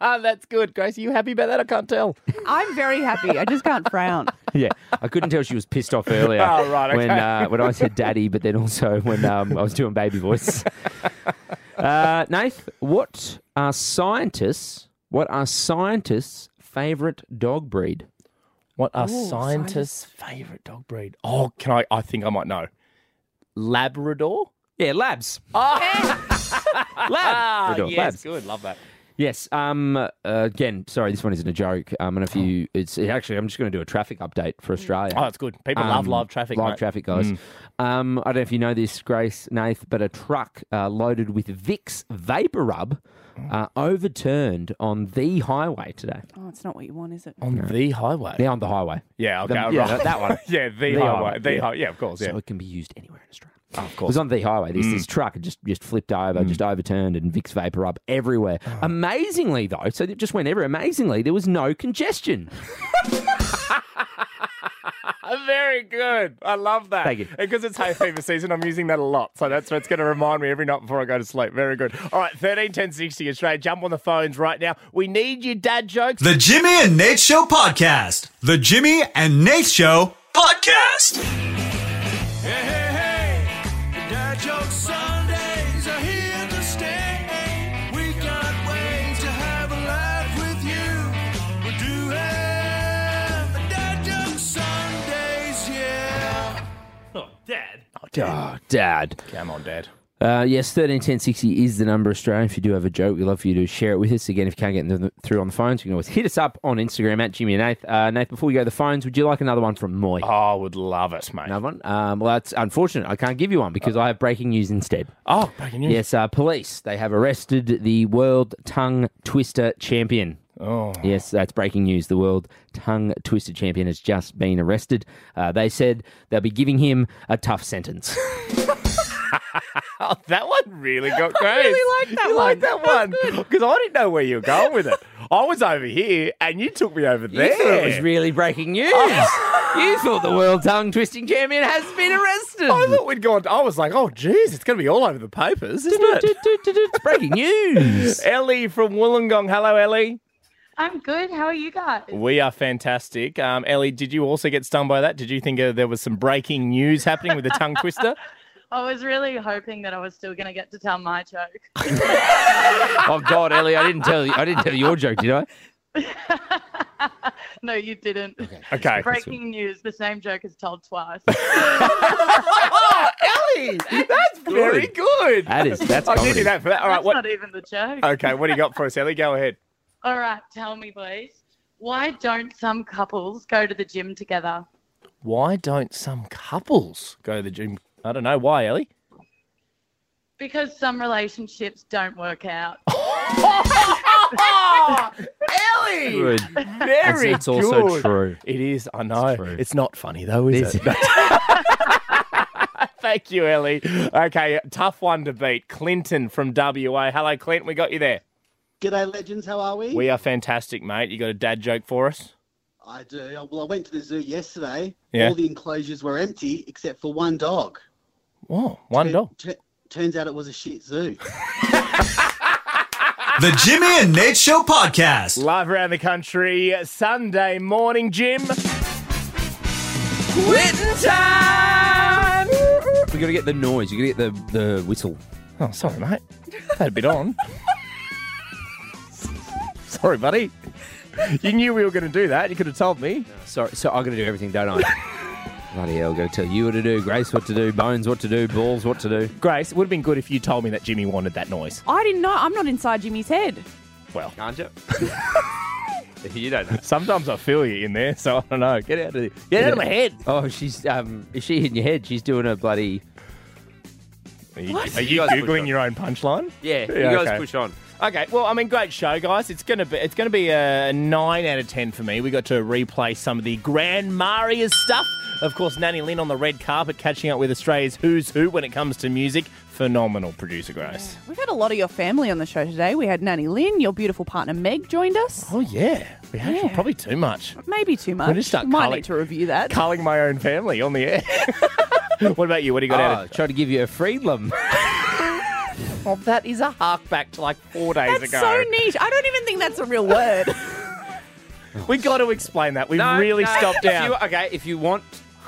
That's good, Grace. Are you happy about that? I can't tell.
I'm very happy. I just can't frown.
yeah, I couldn't tell she was pissed off earlier.
Oh, right,
When
okay.
uh, when I said daddy, but then also when um, I was doing baby voice. Uh, Nath, what are scientists? What are scientists' favourite dog breed?
What are scientists' favourite dog breed? Oh, can I? I think I might know. Labrador.
Yeah, labs.
Oh. Ah,
Labrador,
yes,
labs.
good. Love that.
Yes. Um. uh, again, sorry, this one isn't a joke. Um. And if you, it's it actually, I'm just going to do a traffic update for Australia.
Oh, that's good. People love live traffic,
Um, Live
mate.
traffic, guys.
Mm.
Um. I don't know if you know this, Grace, Nath, but a truck uh, loaded with Vicks vapor rub uh, overturned on the highway today.
Oh, it's not what you want, is it?
On the highway.
Yeah, on the highway.
Yeah, okay,
The-
all
yeah,
right.
that, that one.
Yeah, the highway. The hi- yeah, of course, yeah. Oh,
So it can be used anywhere in Australia.
of
It was on the highway. This,
Mm.
this truck had just just flipped over, just overturned, and Vicks vapor up everywhere.
Oh.
Amazingly, though, so it just went everywhere. Amazingly, there was no congestion.
Uh, Very good. I love that.
Thank you.
Because it's hay fever season, I'm using that a lot. So that's what's going to remind me every night before I go to sleep. Very good. All right, 13 10 60 Australia. Jump on the phones right now. We need your dad jokes.
The Jimmy and Nate Show podcast. The Jimmy and Nate Show podcast.
Hey, hey, hey! The Dad Joke Sundays are here to stay. We can't wait to have a laugh with you. We do have the Dad Joke Sundays, yeah. Oh, Dad.
Oh, Dad.
Come on, Dad.
Uh, yes, thirteen ten sixty is the number, Australia. If you do have a joke, we'd love for you to share it with us. Again, if you can't get th- through on the phones, you can always hit us up on Instagram at Jimmy and Nath. Uh, Nath, before we go to the phones, would you like another one from Moy? Oh,
I would love it, mate.
Another one? Um, well, that's unfortunate. I can't give you one because I have breaking news instead.
Oh, breaking news.
Yes, uh, police. They have arrested the world tongue twister champion.
Oh.
Yes, that's breaking news. The world tongue twister champion has just been arrested. Uh, they said they'll be giving him a tough sentence.
Oh, that one really got
I
Grace.
really like that
you like
one.
that one because I didn't know where you were going with it. I was over here and you took me over
You
there.
thought it was really breaking news. you thought the world tongue twisting champion has been arrested.
I thought we'd gone. I was like, oh, geez, it's going to be all over the papers, isn't it?
it's breaking news.
Ellie from Wollongong. Hello, Ellie.
I'm good. How are you guys?
We are fantastic. Um, Ellie, did you also get stung by that? Did you think uh, there was some breaking news happening with the tongue twister?
I was really hoping that I was still going to get to tell my joke.
oh God, Ellie, I didn't tell you. I didn't tell your joke, did I?
No, you didn't.
Okay.
Breaking news: the same joke is told twice.
oh, Ellie, that's Very good.
That is- that's
I'll give
comedy.
you that for that. All right,
That's
what?
not even the joke.
Okay, what do you got for us, Ellie? Go ahead.
All right, tell me, please. Why don't some couples go to the gym together?
Why don't some couples go to the gym? I don't know why, Ellie.
Because some relationships don't work out.
Ellie!
Good.
Very
It's- it's also
good.
true.
It is. I know. It's, not funny though, is it? Thank you, Ellie. Okay, tough one to beat. Clinton from WA. Hello, Clint. We got you there.
G'day, legends. How are we?
We are fantastic, mate. You got a dad joke for us?
I do. Well, I went to the zoo yesterday.
Yeah.
All the enclosures were empty except for one dog.
Whoa, one dog.
T- turns out it was a shit zoo.
The Jimmy and Nate Show podcast.
Live around the country, Sunday morning, Jim.
Quitting time. We gotta get the noise. You gotta get the the whistle.
Oh, sorry, mate. Had a bit on. sorry, buddy. You knew we were going to do that. You could have told me.
Sorry, so I'm gonna do everything, don't I? Bloody hell, gotta tell you what to do, Grace what to do, Bones what to do, Balls what to do.
Grace, it would have been good if you told me that Jimmy wanted that noise.
I didn't know. I'm not inside Jimmy's head.
Well,
can't you? you don't know.
Sometimes I feel you in there, so I don't know. Get out of here. Get out of my head.
Oh, she's um, is she in your head? She's doing a bloody.
Are you, Are you,
guys push
googling
on.
your own punchline?
Yeah, you guys
okay.
push on.
Okay, well, I mean, great show, guys. It's gonna be it's gonna be a nine out of ten for me. We got to replay some of the Grand Maria's stuff Of course, Nanny Lynn on the red carpet catching up with Australia's who's who when it comes to music. Phenomenal producer Grace.
We've had a lot of your family on the show today. We had Nanny Lynn, your beautiful partner Meg joined us.
Oh yeah, we actually probably too much.
Maybe too much.
We'll just start
Might
culling-
need to review that.
Culling my own family on the air. what about you? What do you got out of
Ah, Try to give you a freedom.
Oh, that is a hark back to like four days
That's
ago.
so niche. I don't even think that's a real word.
we got to explain that. We've really stopped
if
down.
you- okay, if you want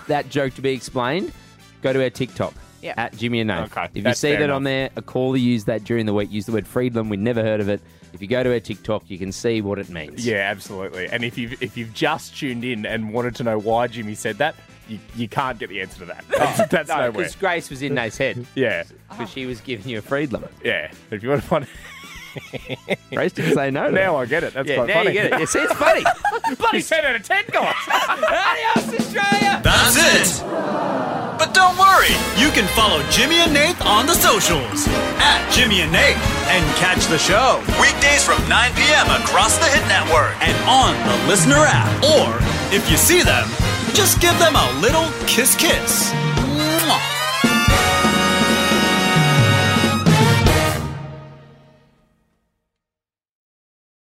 that joke to be explained, go to our TikTok.
Yeah.
At Jimmy and Nate.
Okay,
if you
that's
see
fair
that
enough.
on there, a caller used that during the week. Use the word freedom. We never heard of it. If you go to our TikTok, you can see what it means.
Yeah, absolutely. And if you've if you've just tuned in and wanted to know why Jimmy said that, you, you can't get the answer to that. That's, that's
Oh, no,
nowhere.
because Grace was in Nate's head.
Yeah,
because she was giving you a freedom.
Yeah, if you want to find.
Grace didn't say no. to
Now
that.
I get it. That's
yeah,
quite
now
funny.
You get it. You see, it's funny.
Bloody ten out of ten, guys. Adios, Australia.
That's it. But don't worry, you can follow Jimmy and Nate on the socials at Jimmy and Nate and catch the show weekdays from 9 p.m. across the Hit Network and on the Listener app. Or if you see them, just give them a little kiss kiss. Mwah.